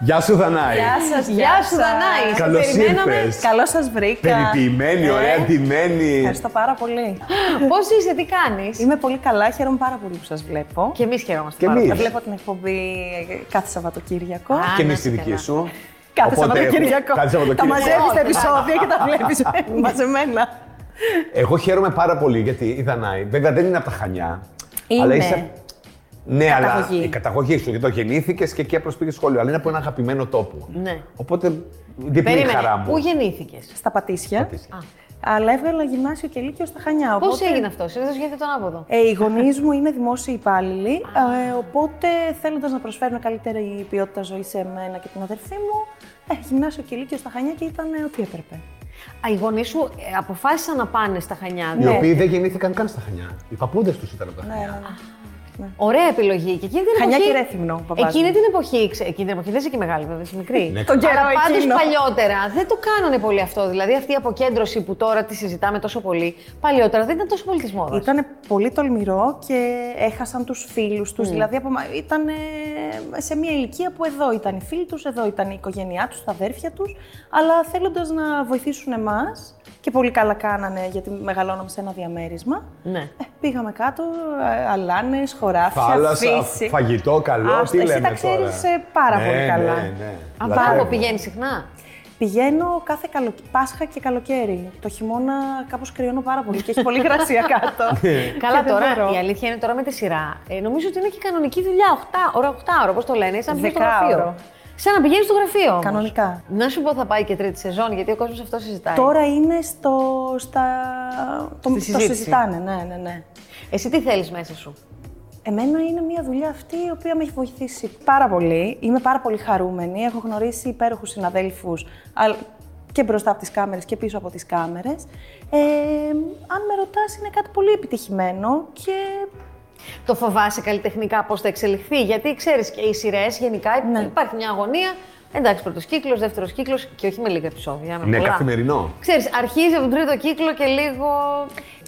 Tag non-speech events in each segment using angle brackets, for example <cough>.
Γεια σου, Δανάη. Γεια σας, Γεια σου, σας. Δανάη. Καλώς Σε περιμέναμε. ήρθες. Καλώς σας βρήκα. Περιποιημένη, Ε, ωραία, ντυμένη. Ευχαριστώ πάρα πολύ. Πώς είσαι, τι κάνεις. Είμαι πολύ καλά, χαίρομαι πάρα πολύ που σας βλέπω. Και εμείς χαιρόμαστε Και πάρα εμείς. Θα βλέπω την εκπομπή κάθε Σαββατοκύριακο. Α, Και να εμεί είσαι τη δική καλά. σου. Κάθε Οπότε έχουμε- Σαββατοκύριακο. Κάθε Τα Σαββατοκύριακο. μαζεύεις τα Όλα. επεισόδια και τα <laughs> βλέπεις μαζεμένα. Εγώ χαίρομαι πάρα πολύ γιατί η Δανάη, βέβαια δεν είναι από τα χανιά. Είναι. Αλλά είσαι. Ναι, αλλά Καταγωγή. η καταγωγή σου, γιατί το γεννήθηκες και εκεί απλώς πήγες σχολείο. Αλλά είναι από ένα αγαπημένο τόπο. Ναι. Οπότε διπλή η χαρά Περίμενε, μου. πού γεννήθηκες. Στα Πατήσια. Πατήσια. Αλλά έβγαλα γυμνάσιο και λύκειο στα Χανιά. Πώς οπότε- έγινε αυτό, συνήθως γίνεται τον άποδο. Ε, οι γονείς μου είναι δημόσιοι υπάλληλοι, ε, οπότε θέλοντας να προσφέρουν καλύτερη ποιότητα ζωή σε μένα και την αδερφή μου, ε, γυμνάσιο και λύκειο στα Χανιά και ήταν ε, ό,τι έπρεπε. Α, οι γονείς σου ε, αποφάσισαν να πάνε στα Χανιά. Οι Ναι. οποίοι δεν γεννήθηκαν καν στα χανιά. Οι παππούδες τους ήταν από Ναι, τα χανιά. Ωραία επιλογή. Και εκείνη την Χανιά εποχή... και Ρέθυμνο, ο παπάς Εκείνη μου. την εποχή, ξε- εκείνη την εποχή δεν είσαι και μεγάλη, βέβαια, είσαι μικρή. Ναι. Τον καιρό Αλλά πάντως εκείνο. παλιότερα δεν το κάνανε πολύ αυτό. Δηλαδή αυτή η αποκέντρωση που τώρα τη συζητάμε τόσο πολύ, παλιότερα δεν ήταν τόσο πολύ της μόδας. Ήταν πολύ τολμηρό και έχασαν τους φίλους τους, δηλαδή ήταν σε μια ηλικία που εδώ ήταν οι φίλοι τους, εδώ ήταν η οικογένειά τους, τα αδέρφια τους, αλλά θέλοντας να βοηθήσουν εμάς, και πολύ καλά κάνανε γιατί μεγαλώναμε σε ένα διαμέρισμα, Ναι. ε, πήγαμε κάτω, ε, αλάνες, χωράφια, Θάλασσα, φύση. φαγητό, καλό. Άστα, τι εσύ λέμε τα ξέρεις, ε, πάρα Ναι, πολύ ναι, καλά. ναι. Αν Λατρεύω. πάγο πηγαίνει συχνά. Πηγαίνω κάθε καλο... Πάσχα και καλοκαίρι. Το χειμώνα κάπως κρυώνω πάρα πολύ και έχει πολύ γρασία κάτω. Καλά Και δεν τώρα, μπορώ. η αλήθεια είναι τώρα με τη σειρά. Ε, νομίζω ότι είναι και κανονική δουλειά. 8 ώρα, 8 ώρα, όπω το λένε, σαν να πηγαίνεις στο γραφείο. Δεκάωρο. Σαν να πηγαίνεις στο γραφείο. όμως. Κανονικά. Να σου πω, θα πάει και τρίτη σεζόν, γιατί ο κόσμος αυτό συζητάει. Τώρα είναι στο. Στα... Το, Στη το συζήτηση. συζητάνε, ναι, ναι, ναι. Εσύ τι θέλεις μέσα σου. Εμένα είναι μια δουλειά αυτή η οποία με έχει βοηθήσει πάρα πολύ. Είμαι πάρα πολύ χαρούμενη. Έχω γνωρίσει υπέροχους συναδέλφους αλ- και μπροστά από τις κάμερες και πίσω από τις κάμερες. Ε, αν με ρωτάς είναι κάτι πολύ επιτυχημένο και Το φοβάσαι καλλιτεχνικά πώς θα εξελιχθεί, γιατί ξέρεις και οι σειρές γενικά Ναι. υπάρχει μια αγωνία. Εντάξει, πρώτος κύκλος, δεύτερος κύκλος και όχι με λίγα επεισόδια. Με Ναι, πολλά. καθημερινό. Ξέρεις, αρχίζει από τον τρίτο κύκλο και λίγο.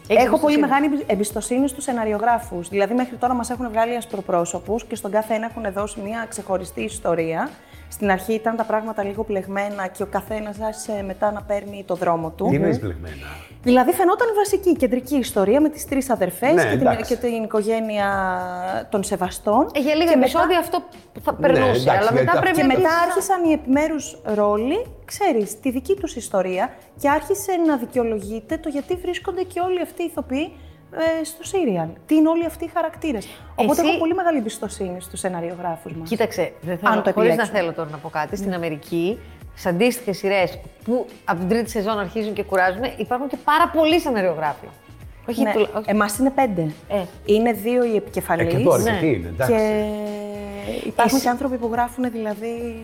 Έχεις έχω πολύ εμπιστοσύνη. μεγάλη εμπι- εμπιστοσύνη στους σεναριογράφους. Δηλαδή μέχρι τώρα μας έχουν βγάλει ασπροπρόσωπους και στον κάθε ένα έχουν δώσει μια ξεχωριστή ιστορία. Στην αρχή ήταν τα πράγματα λίγο πλεγμένα και ο καθένας άρχισε μετά να παίρνει το δρόμο του. Τι εννοεί πλεγμένα. Δηλαδή φαινόταν η βασική η κεντρική ιστορία με τις τρεις αδερφές Ναι, και, την, εντάξει. και την οικογένεια των σεβαστών. Ε, για λίγα και επεισόδια Μετά, αυτό θα περνούσε. εντάξει, αλλά δηλαδή μετά τα- πρέπει και να μετά αρχίσεις να- άρχισαν οι επιμέρους ρόλοι, ξέρεις, τη δική τους ιστορία και άρχισε να δικαιολογείται το γιατί βρίσκονται και όλοι αυτοί οι ηθοποιοί ε, στο σύριαλ. Τι είναι όλοι αυτοί οι χαρακτήρες. Οπότε Εσύ- έχω πολύ μεγάλη εμπιστοσύνη στους σεναριογράφους μας. Κοίταξε, δεν Αν θέλω, το χωρίς να επιλέξουμε. θέλω τώρα να πω κάτι, στην Αμερική, σε αντίστοιχες σειρές που από την τρίτη σεζόν αρχίζουν και κουράζουν, υπάρχουν και πάρα πολλοί σεναριογράφοι. Όχι, Ναι. τουλα- όχι. Εμάς είναι πέντε. Ε. Είναι δύο οι Ε, επικεφαλείς. και τώρα, Ναι. τι είναι, εντάξει. και υπάρχουν Εσύ- και άνθρωποι που γράφουν δηλαδή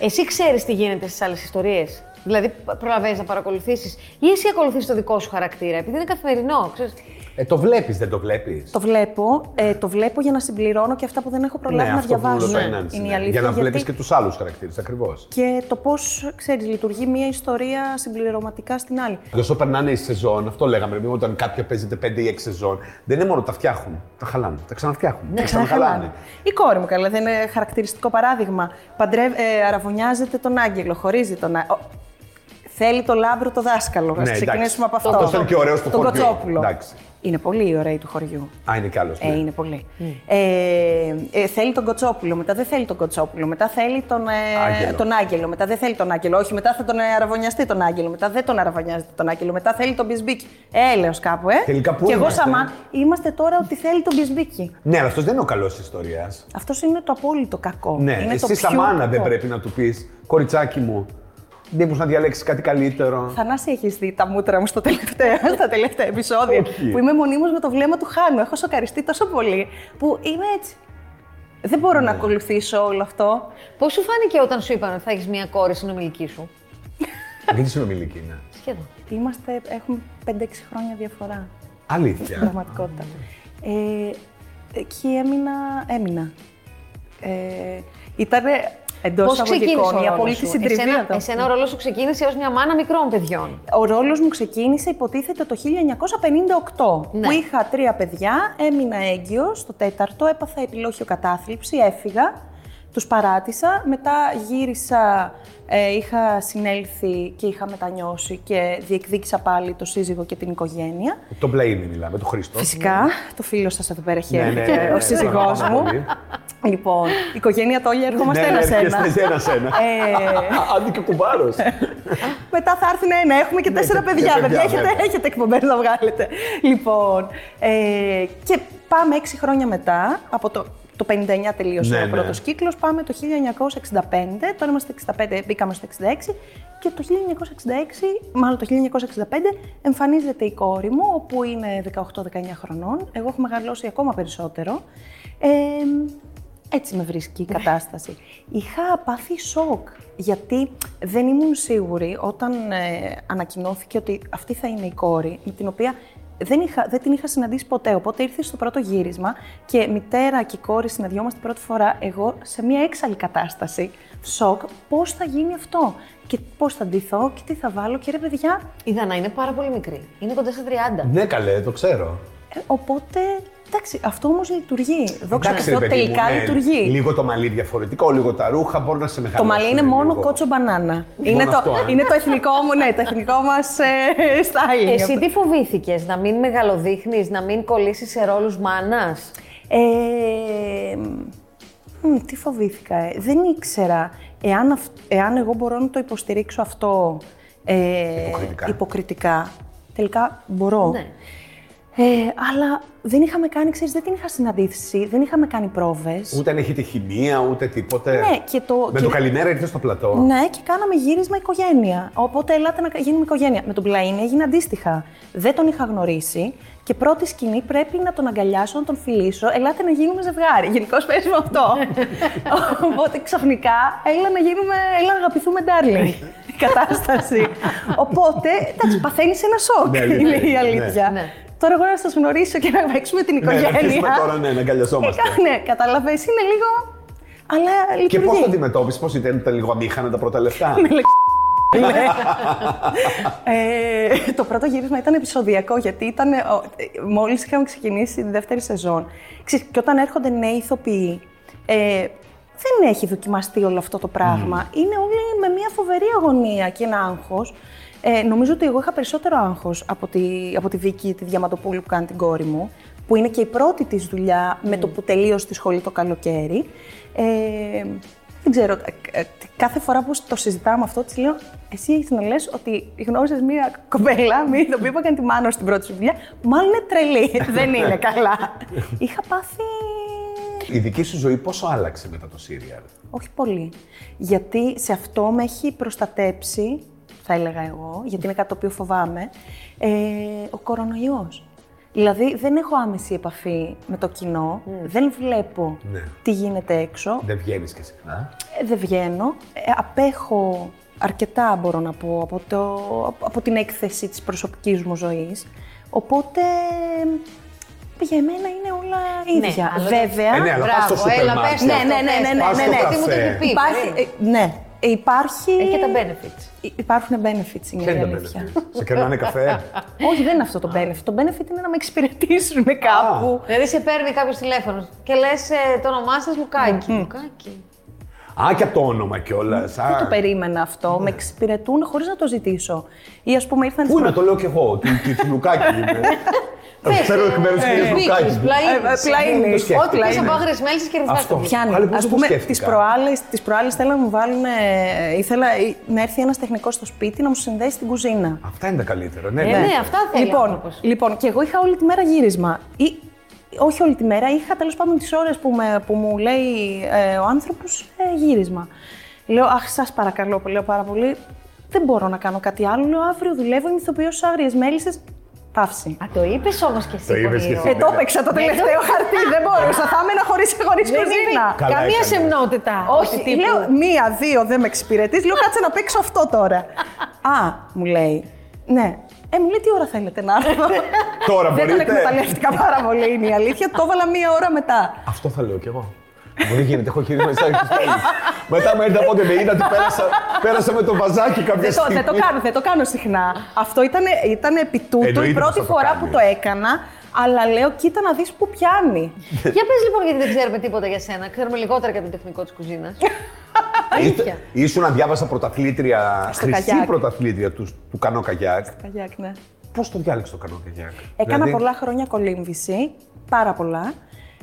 Εσύ ξέρεις τι γίνεται στις άλλες ιστορίες. Δηλαδή, προλαβαίνεις να παρακολουθήσεις ή εσύ ακολουθείς το δικό σου χαρακτήρα, επειδή είναι καθημερινό. Ξέρεις. Ε, το βλέπεις, δεν το βλέπεις. Το βλέπω, ε, το βλέπω για να συμπληρώνω και αυτά που δεν έχω προλάβει να Ναι, αυτό που διαβάσω. λέω το enhance, Είναι η ναι. αλήθεια. Για να γιατί- βλέπεις και τους άλλους χαρακτήρες, ακριβώς. και το πώς, ξέρεις, λειτουργεί μια ιστορία συμπληρωματικά στην άλλη. Όσο περνάνε οι σεζόν, αυτό λέγαμε πριν, όταν κάποια παίζεται 5 ή 6 σεζόν, δεν είναι μόνο τα φτιάχνουν, τα χαλάνε, τα ξαναφτιάχνουν. Ναι, τα ξαναχαλάνε. Η κόρη μου, καλά, δεν είναι χαρακτηριστικό παράδειγμα. Παντρεύ, ε, αραβωνιάζεται τον Άγγελο, χωρίζει τον Άγγελο. Θέλει το λάμπρο το δάσκαλο. Ναι, Ας εντάξει. ξεκινήσουμε από Αυτό αυτό. ήταν και ωραίος του Τον χωριού. Κοτσόπουλο. Εντάξει. Είναι πολύ οι ωραίοι του χωριού. Α, είναι κι ναι. άλλος. Ε, είναι πολύ. Ε, ε, θέλει τον Κοτσόπουλο, μετά δεν θέλει τον Κοτσόπουλο, μετά θέλει τον, ε, Άγγελο. τον Άγγελο, μετά δεν θέλει τον Άγγελο. Όχι, μετά θα τον ε, αραβωνιαστεί τον Άγγελο, μετά δεν τον αραβωνιάζεται τον Άγγελο, μετά θέλει τον Μπισμπίκη. Έλεος κάπου, ε. Τελικά πού Και εγώ είμαστε? σαμά. Είμαστε τώρα ότι θέλει τον Μπισμπίκη. Ναι, αλλά αυτός δεν είναι ο καλός ιστορίας. Αυτός είναι το απόλυτο κακό. Ναι, είναι το εσύ σαν πιο μάνα δεν κακό. πρέπει να του πεις, κοριτσάκι μου, δεν μπορούσε να διαλέξεις κάτι καλύτερο. Θανάση, έχεις δει τα μούτρα μου στο τελευταίο, <laughs> στα τελευταία επεισόδια. Όχι. Που είμαι μονίμως με το βλέμμα του Χάνου. Έχω σοκαριστεί τόσο πολύ που είμαι έτσι. Δεν μπορώ Ναι. να ακολουθήσω όλο αυτό. Πώς σου φάνηκε όταν σου είπαν ότι θα έχεις μία κόρη συνομιλική σου. Γιατί συνομιλική είναι. Σχεδόν. Είμαστε, έχουμε 5-6 χρόνια διαφορά στην Αλήθεια. πραγματικότητα. Ε, εκεί έμεινα, έμεινα. Ε, ήταν εντός Πώς ξεκίνησε εισαγωγικών ο μια ρόλος απόλυτη σου. συντριβή. Εσένα, να το- εσένα ο ρόλος σου ξεκίνησε ως μια μάνα μικρών παιδιών. Ο ρόλος μου ξεκίνησε υποτίθεται το 1958, Ναι. που είχα τρία παιδιά, έμεινα έγκυος, το τέταρτο έπαθα επιλόχιο κατάθλιψη, έφυγα. Τους παράτησα, μετά γύρισα, ε, είχα συνέλθει και είχα μετανιώσει και διεκδίκησα πάλι το σύζυγο και την οικογένεια. Το Μπλέινι μιλάμε, το Χρήστο. Φυσικά, το φίλο σας εδώ πέρα Ναι, ναι, χαίρεται, ναι, ναι, ο σύζυγός πάρα μου. πολύ. Λοιπόν, οικογένεια το όλοι ερχόμαστε Ναι, ναι, ένα-ένα. έρχεστε ένας-ένα. Ε, Αντί και κουμπάρος. μετά θα έρθουν ένα, έχουμε και τέσσερα Ναι, και- παιδιά. και παιδιά, παιδιά, ναι. έχετε, βέβαια. έχετε εκπομπές να βγάλετε. Λοιπόν, ε, και πάμε έξι χρόνια μετά, από το, το 59 τελείωσε Ναι, ο ναι. πρώτος κύκλος, πάμε το 1965, τώρα είμαστε 65, μπήκαμε στο 66 και το 1966, μάλλον το 1965, εμφανίζεται η κόρη μου, όπου είναι 18-19 χρονών. Εγώ έχω μεγαλώσει ακόμα περισσότερο. Ε, έτσι με βρίσκει η κατάσταση. Είχα πάθει σοκ, γιατί δεν ήμουν σίγουρη όταν ε, ανακοινώθηκε ότι αυτή θα είναι η κόρη, με την οποία δεν, είχα, δεν την είχα συναντήσει ποτέ. Οπότε ήρθε στο πρώτο γύρισμα και μητέρα και κόρη συναντιόμαστε πρώτη φορά εγώ σε μια έξαλλη κατάσταση. Σοκ, πώς θα γίνει αυτό και πώς θα ντυθώ και τι θα βάλω και ρε παιδιά. Είδα να είναι πάρα πολύ μικρή. Είναι κοντά στα 30. Ναι, καλέ, το ξέρω. Ε, οπότε, εντάξει, αυτό όμως λειτουργεί. Δόξα τω Εντάξει, ρε Θεώ, παιδί μου, τελικά ναι. ναι, λειτουργεί. Λίγο το μαλλί διαφορετικό, λίγο τα ρούχα, μπορεί να σε Το μεγαλώσει. μαλλί είναι μόνο κότσο μπανάνα. είναι, το, αυτό, ε. είναι το εθνικό μου, ναι, το εθνικό μας ε, styling. Εσύ τι φοβήθηκες, να μην μεγαλοδείχνεις, να μην κολλήσεις σε ρόλους μάνας. Ε, μ, τι φοβήθηκα. ε. Δεν ήξερα εάν, αυ- εάν εγώ μπορώ να το υποστηρίξω αυτό ε, Υποκριτικά. υποκριτικά. Τελικά μπορώ. Ναι. Ε, αλλά δεν είχαμε κάνει, ξέρεις, δεν την είχα συναντήσει, δεν είχαμε κάνει πρόβες. Ούτε αν έχει τη χημεία, ούτε τίποτε. Ναι, και το- Με και- το καλημέρα ήρθε στο πλατό. Ναι, και κάναμε γύρισμα οικογένεια. Οπότε ελάτε να κα- γίνουμε οικογένεια. Με τον Πλαΐνη έγινε αντίστοιχα. Δεν τον είχα γνωρίσει και πρώτη σκηνή πρέπει να τον αγκαλιάσω, να τον φιλήσω. Ελάτε να γίνουμε ζευγάρι. Γενικώς παίζουμε <laughs> αυτό. Οπότε ξαφνικά έλα να γίνουμε, έλα να αγαπηθούμε <laughs> darling. η κατάσταση. Οπότε εντάξει, παθαίνεις ένα σοκ, Ναι, ναι, ναι, είναι η ναι. αλήθεια. Ναι. Τώρα εγώ να σας γνωρίσω και να παίξουμε την ναι, να αρχίσουμε οικογένεια. τώρα ναι, να αγκαλιαζόμαστε. Ε, ναι, κατάλαβε, είναι λίγο. Αλλά Και πώς λειτουργεί. Ναι, το αντιμετώπισες, πώς ήταν, ήταν λίγο αμήχανα τα πρώτα λεφτά. ε, το πρώτο γύρισμα ήταν επεισοδιακό γιατί ήταν, ε, ο- ε, μόλις είχαμε ξεκινήσει τη δεύτερη σεζόν. Ξέρεις, και όταν έρχονται νέοι ηθοποιοί, ε, δεν έχει δοκιμαστεί όλο αυτό το πράγμα. Είναι όλοι με μια φοβερή αγωνία και ένα άγχος. Ε, νομίζω ότι εγώ είχα περισσότερο άγχος από τη, από τη Βίκη, τη Διαματοπούλου που κάνει την κόρη μου, που είναι και η πρώτη της δουλειά με το που τελείωσε τη σχολή το καλοκαίρι. Ε, δεν ξέρω, ε, ε, κάθε φορά που το συζητάμε αυτό, της λέω: Εσύ έχεις να λες ότι γνώρισε μία κοπέλα, <laughs> μία ηθοποιή που έκανε τη μάνα στην πρώτη σου δουλειά. Μάλλον είναι τρελή. <laughs> Δεν είναι καλά. Είχα πάθει. Η δική σου ζωή πόσο άλλαξε μετά το Σύριαλ. Όχι πολύ. Γιατί σε αυτό με έχει προστατέψει, θα έλεγα εγώ, γιατί είναι κάτι το οποίο φοβάμαι, ε, ο κορονοϊός. Δηλαδή δεν έχω άμεση επαφή με το κοινό, δεν βλέπω Ναι. τι γίνεται έξω, Δεν βγαίνεις και συχνά. Ε, δεν βγαίνω. Ε, απέχω αρκετά, μπορώ να πω, από, το, από την έκθεση της προσωπικής μου ζωής. Οπότε, για εμένα είναι όλα ίδια. αλλά- Βέβαια, Ε, ναι, αλλά πας στο Μπράβο, σούπερ έλα, πες μάρκετ. το Ναι, αυτό, ναι, ναι, ναι, πες το. ναι, ναι, Αυτό ναι. τι μου το έχει πει. υπάρχει... πριν. ε, ναι, ε, υπάρχει... Έχει και τα benefits. υ- Υπάρχουν benefits, είναι Ποια η είναι τα αλήθεια. benefits? Σε κερνάνε <laughs> καφέ. Όχι, δεν είναι αυτό το benefit. Το benefit είναι να με εξυπηρετήσουν κάπου. Δηλαδή σε παίρνει κάποιος τηλέφωνος και λες το όνομά σας Λουκάκι. Λουκάκι. Α, και από το όνομα κιόλας. Δεν το περίμενα αυτό. Με εξυπηρετούν χωρίς να το ζητήσω. Ή ας πούμε ήρθαν Ναι. Πού να το λέω κι εγώ, ότι ότι του <laughs> Λουκάκη είμαι. Ναι. Το ξέρω εκ Ε, μέρου του Ε, κυρίου Λουκάκη. πλαΐνης. Δεν το σκέφτηκα. Ό,τι πες Ναι. από άγριε μέλισσε και ρυθμιστέ. Αυτό. Πιάνει. Πάλι πώς Ας το πούμε, σκέφτηκα. τις προάλλες, τις προάλλες θέλαμε να μου βάλουν, ε, ήθελα ε, να έρθει ένας τεχνικός στο σπίτι να μου συνδέσει την κουζίνα. Αυτά είναι τα καλύτερα. Ναι, Ε, ναι. ναι, αυτά θέλει Λοιπόν, άνθρωπος. λοιπόν, και εγώ είχα όλη τη μέρα γύρισμα. Ή, όχι όλη τη μέρα, είχα τέλος πάντων τις ώρες που, με- που μου λέει ε, ο άνθρωπος γύρισμα. Λέω, Αχ, σας παρακαλώ, λέω πάρα πολύ. Δεν μπορώ να κάνω κάτι άλλο. Λέω, αύριο δουλεύω, είμαι ηθοποιός άγριες μέλισσες. Παύση. Α, το είπες όμως και εσύ. Το είπες πολύ και εσύ. ωραία. Ε, το έπαιξα Ναι, το τελευταίο χαρτί. Δεν μπορούσα. Θα ήμουν χωρί Ε, Δεν κουζίνα. είπε Καλά καμία έκανε. σεμνότητα. Όχι, Ότι τύπου- λέω μία, δύο, δεν με εξυπηρετείς. Λέω κάτσε να παίξω αυτό τώρα. Α, μου λέει. Ναι. Ε, μου λέει τι ώρα θέλετε να έρθω. <laughs> Τώρα Δεν τον μπορείτε. εκμεταλλεύτηκα πάρα πολύ, είναι η αλήθεια. Το έβαλα μία ώρα μετά. Αυτό θα λέω κι εγώ. Μου δεν γίνεται, έχω γυρίσει μέσα στις πέλης. Μετά με έρθα πότε με είδα ότι πέρασα, πέρασα με το βαζάκι κάποια Δεν το, στιγμή. δεν το κάνω, δεν το κάνω συχνά. Αυτό ήταν, ήταν επί τούτου Εννοείται η πως πρώτη θα το φορά κάνεις. που το έκανα. Αλλά λέω, κοίτα να δεις που πιάνει. Για πες λοιπόν, γιατί δεν ξέρουμε τίποτα για σένα. Ξέρουμε λιγότερα για τον τεχνικό της κουζίνας. Αλήθεια. Ήσουν να διάβασα πρωταθλήτρια, Στο χρυσή καγιάκ. πρωταθλήτρια του, του Κανό Καγιάκ. Καγιάκ, ναι. Πώς το διάλεξε το Κανό Καγιάκ. Έκανα Δηλαδή, πολλά χρόνια κολύμβηση, πάρα πολλά.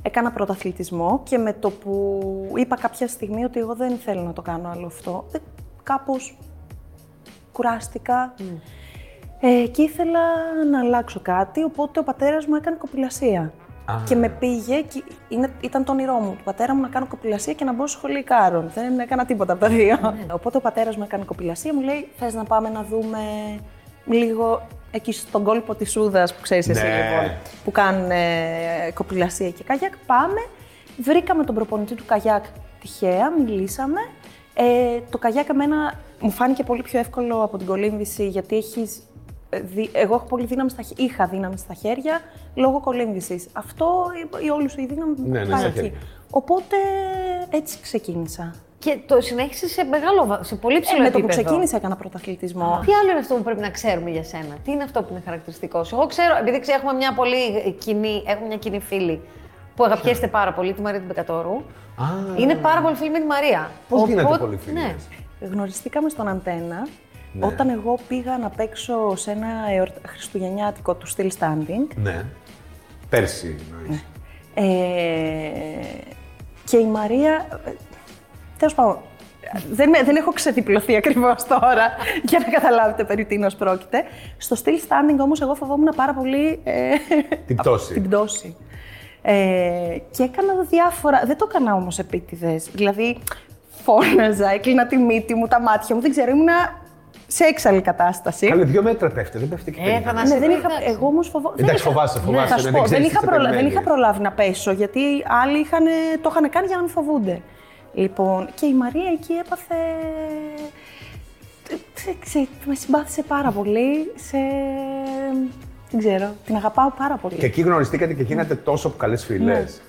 Έκανα πρωταθλητισμό και με το που είπα κάποια στιγμή ότι εγώ δεν θέλω να το κάνω άλλο αυτό, ε, κάπως κουράστηκα ε, και ήθελα να αλλάξω κάτι, οπότε ο πατέρας μου έκανε κοπηλασία. Α. Και με πήγε, και είναι, ήταν το όνειρό μου, του πατέρα μου να κάνω κοπηλασία και να μπω στο σχολείο Ικάρων. Δεν έκανα τίποτα από τα δύο. Ναι, Οπότε ο πατέρας μου έκανε κοπηλασία, μου λέει, θες να πάμε να δούμε λίγο εκεί στον κόλπο της Σούδας που ξέρεις εσύ Ναι. λοιπόν, που κάνουν ε, κοπηλασία και καγιάκ. Πάμε, βρήκαμε τον προπονητή του καγιάκ τυχαία, μιλήσαμε. Ε, το καγιάκ εμένα μου φάνηκε πολύ πιο εύκολο από την κολύμβηση γιατί έχεις ε, δι- εγώ έχω πολύ δύναμη στα, χ- είχα δύναμη στα χέρια λόγω κολύμβησης. Αυτό ε, η, η όλη σου η δύναμη Ναι, ναι, στα πάει εκεί. χέρια. Οπότε έτσι ξεκίνησα. Και το συνέχισε σε μεγάλο βα- σε πολύ Ε, ψηλό με το που επίπεδο. ξεκίνησα έκανα πρωταθλητισμό. Τι άλλο είναι αυτό που πρέπει να ξέρουμε για σένα, Τι είναι αυτό που είναι χαρακτηριστικό σου. Εγώ ξέρω, επειδή ξέρω, έχουμε μια πολύ κοινή, έχουμε μια κοινή φίλη που αγαπιέστε πάρα πολύ, τη Μαρία την Πεκατόρου. Α. Ναι. Είναι πάρα πολύ φίλη με τη Μαρία. Πώς Οπότε- γίνατε πολύ φίλοι. Ναι. Γνωριστήκαμε στον Αντένα όταν εγώ πήγα να παίξω σε ένα εορ- χριστουγεννιάτικο του Still Standing. Ναι. Πέρσι. Ναι. εννοείς. Ε, και η Μαρία. ε, Τέλος πάντων, δεν, με- δεν έχω ξεδιπλωθεί ακριβώς τώρα <laughs> για να καταλάβετε περί τίνος πρόκειται. Στο Still Standing όμως εγώ φοβόμουν πάρα πολύ ε, Την πτώση. την πτώση. Ε, και έκανα διάφορα. Δεν το έκανα όμως επίτηδες. Δηλαδή, φώναζα, έκλεινα τη μύτη μου, τα μάτια μου. Δεν ξέρω, ήμουνα σε έξαλλη κατάσταση. Καλέ, δύο μέτρα πέφτει, δεν πέφτει και Ε, πέντε. θα να Ναι, δεν Εντάξει. είχα, εγώ όμως φοβόμουν. Εντάξει, φοβάσαι, φοβάσαι, θα ναι, σου δεν πω, ξέρεις δεν, τι είχα σε προλα- δεν περιμένει. είχα προλάβει να πέσω, γιατί άλλοι είχαν, το είχαν κάνει για να μην φοβούνται. Λοιπόν, και η Μαρία εκεί έπαθε. Ξέ, ξέ, με συμπάθησε πάρα πολύ. Σε... Δεν ξέρω, την αγαπάω πάρα πολύ. Και εκεί γνωριστήκατε και γίνατε τόσο καλές φίλες. Εντάξει.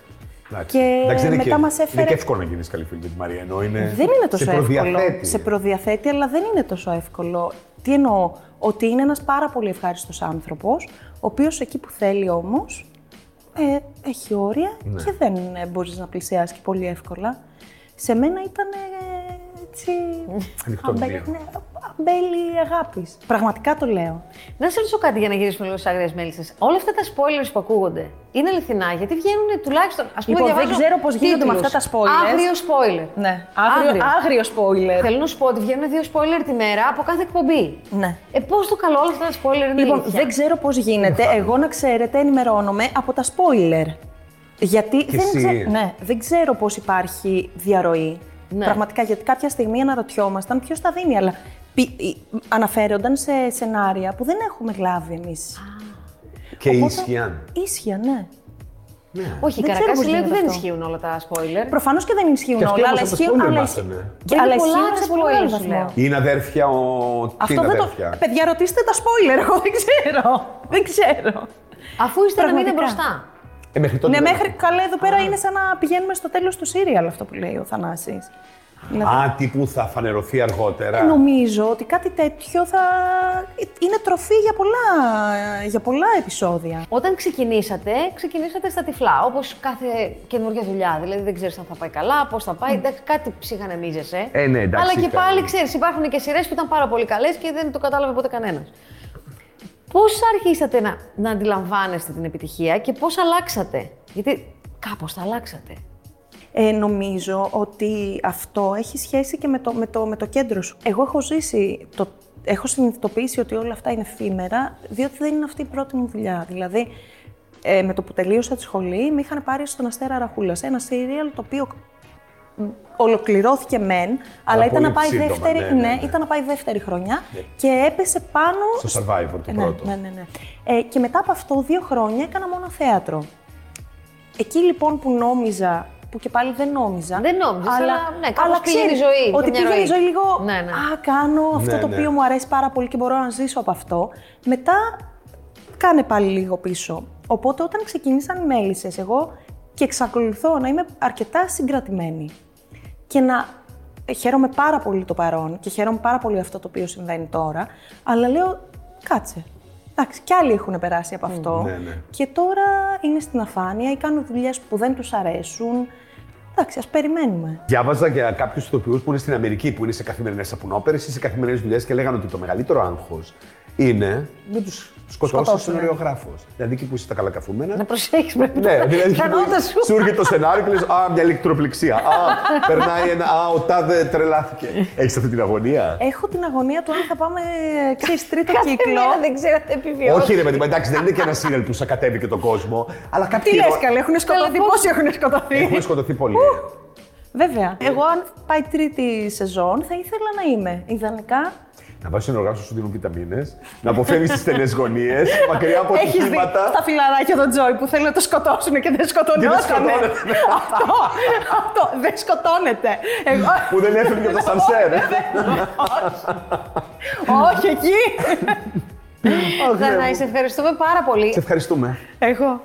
Ναι. Και Εντάξει, δεν είναι μετά και- μας έφερε- Είναι και εύκολο να γίνεις καλή φίλη με τη Μαρία. Ενώ είναι... Δεν είναι τόσο Ε, σε εύκολο. προδιαθέτει. Σε προδιαθέτει, αλλά δεν είναι τόσο εύκολο. Τι εννοώ, ότι είναι ένας πάρα πολύ ευχάριστος άνθρωπος, ο οποίος εκεί που θέλει όμως, ε, έχει όρια Ναι. και δεν ε, μπορείς να πλησιάσεις και πολύ εύκολα. Σε μένα ήταν ε, έτσι... Ανοιχτό αμπέλ- βιβλίο. ναι, αμπέλι αγάπης. Πραγματικά το λέω. Να σε ρωτήσω κάτι για να γυρίσουμε λίγο στις άγριες μέλισσες. Όλα αυτά τα spoilers που ακούγονται είναι αληθινά, γιατί βγαίνουν τουλάχιστον. Ας πούμε, Λοιπόν, δεν διαβάζω ξέρω πώς γίνονται με αυτά τα τίτλους. spoilers. Άγριο spoiler. Ναι. Άγριο, άγριο spoiler. Θέλω να σου πω ότι βγαίνουν δύο spoiler τη μέρα από κάθε εκπομπή. Ναι. Ε, πώς το καλό όλα αυτά τα spoiler είναι Λοιπόν, αλήθεια. δεν ξέρω πώς γίνεται. Εγώ να ξέρετε, ενημερώνομαι από τα spoiler. Γιατί δεν, εσύ. ξέ- ναι, δεν ξέρω πώς υπάρχει διαρροή. Ναι. Πραγματικά, γιατί κάποια στιγμή αναρωτιόμασταν ποιος τα δίνει, αλλά πι- ε, αναφέρονταν σε σενάρια που δεν έχουμε λάβει εμείς. Και ίσχυαν. Ίσια, ναι. Ναι. Όχι, η δεν ξέρω Καρακάση πώς λέει ότι γίνεται δεν αυτό. ισχύουν όλα τα spoiler. Προφανώς και δεν ισχύουν Και αυτοί όλα, όμως από αλλά τα ισχύουν. spoiler Αλλά, μάθανε. ισχύ- Είναι αλλά πολλά ισχύουν τα σε πολύ spoiler, μεγάλο σου λέω. βαθμό. Είναι αδέρφια ο. Τι είναι Αυτό δεν το. Ε, αδέρφια. Παιδιά, ρωτήστε τα spoiler. Εγώ δεν ξέρω. Δεν ξέρω. Αφού είστε να μείνετε Πραγματικά. μπροστά. Ε, μέχρι τότε Ναι, δεν μέχρι καλά εδώ πέρα είναι σαν να πηγαίνουμε στο τέλος του σύριαλ αυτό που λέει ο Θανάσης. έχω. Α, τύπου θα φανερωθεί αργότερα. Ε, Νομίζω ότι κάτι τέτοιο θα... ε, είναι τροφή για πολλά, για πολλά επεισόδια. Όταν ξεκινήσατε, ξεκινήσατε στα τυφλά, όπως κάθε καινούργια δουλειά. Δηλαδή δεν ξέρεις αν θα πάει καλά, πώς θα πάει. Εντάξει, κάτι ψυχανεμίζεσαι. Ε, ναι, εντάξει, Αλλά και ήταν. πάλι ξέρεις, υπάρχουν και σειρές που ήταν πάρα πολύ καλές και δεν το κατάλαβε ποτέ κανένας. Πώς αρχίσατε να, να αντιλαμβάνεστε την επιτυχία και πώς αλλάξατε. Γιατί κάπως τα αλλάξατε. Ε, νομίζω ότι αυτό έχει σχέση και με το, με το, με το κέντρο σου. Εγώ έχω ζήσει, το, έχω συνειδητοποιήσει ότι όλα αυτά είναι εφήμερα, διότι δεν είναι αυτή η πρώτη μου δουλειά. Δηλαδή, ε, με το που τελείωσα τη σχολή, με είχαν πάρει στον Αστέρα Ραχούλας, ένα σύριαλ το οποίο μ, ολοκληρώθηκε μεν, αλλά, ήταν, πολύ να πάει σύντομα, δεύτερη, ναι, ναι, ναι. ήταν να πάει δεύτερη χρονιά και έπεσε πάνω Στο survivor το ναι, πρώτο. Ναι, ναι, ναι. Ε, και μετά από αυτό, δύο χρόνια έκανα μόνο θέατρο. Εκεί λοιπόν που νόμιζα, που και πάλι δεν νόμιζα. Δεν νόμιζες, αλλά, ναι, κάπως πήγαινε η ξέρεις ζωή, είχε Ότι μια πήγαινε ροή. η ζωή λίγο. Ναι, ναι. Α, κάνω αυτό Ναι, το ναι. οποίο μου αρέσει πάρα πολύ και μπορώ να ζήσω από αυτό. Μετά κάνε πάλι λίγο πίσω. Οπότε όταν ξεκίνησαν οι μέλισσες, εγώ και εξακολουθώ να είμαι αρκετά συγκρατημένη και να χαίρομαι πάρα πολύ το παρόν και χαίρομαι πάρα πολύ αυτό το οποίο συμβαίνει τώρα, αλλά λέω κάτσε. Εντάξει, κι άλλοι έχουν περάσει από αυτό. Ναι, ναι. Και τώρα είναι στην αφάνεια ή κάνουν δουλειές που δεν τους αρέσουν. Εντάξει, ας περιμένουμε. Διάβαζα για κάποιους ηθοποιούς που είναι στην Αμερική, που είναι σε καθημερινές σαπουνόπερες ή σε καθημερινές δουλειές και λέγανε ότι το μεγαλύτερο άγχος είναι μην τους σκοτώσει ο Σκοτώσουνε. σεναριογράφο. Δηλαδή εκεί που είσαι τα καλακαθούμενα. Να προσέχεις πρέπει <laughs> Ναι, δηλαδή εκεί που Πιθανότητα σου. σου έρχεται το σενάριο και λες, Α, μια ηλεκτροπληξία. Α, περνάει ένα. Α, ο τάδε τρελάθηκε. Έχεις αυτή την αγωνία. Έχω την αγωνία του αν θα πάμε, ξέρεις, τρίτο Κάθε κύκλο. μέρα δεν ξέρω τι Ε, επιβιώσει. Όχι, ρε παιδί μου, εντάξει, δεν είναι και ένα σύνελ που σακατεύει και τον κόσμο. Αλλά κάποιοι Τι λε, εδώ καλέ, έχουν σκοτωθεί. Καλά, Πόσοι έχουν σκοτωθεί. έχουν σκοτωθεί πολύ. Βέβαια. Εγώ, αν πάει τρίτη σεζόν, θα ήθελα να είμαι. Ιδανικά. Να βάζεις σενογράφο σου δίνουν βιταμίνες, να αποφεύγεις τις στενές γωνίες, μακριά από Έχεις δει ατυχήματα. στα φιλαράκια τον Τζόι που θέλουν να το σκοτώσουν και δεν σκοτωνόταν. σκοτώνεται. αυτό, αυτό, δεν σκοτώνεται. Εγώ... Που δεν έφευγε από το σανσέρ. <laughs> Όχι εκεί. Αχ, ναι. Δανάη, σε ευχαριστούμε πάρα πολύ. Σε ευχαριστούμε. Εγώ.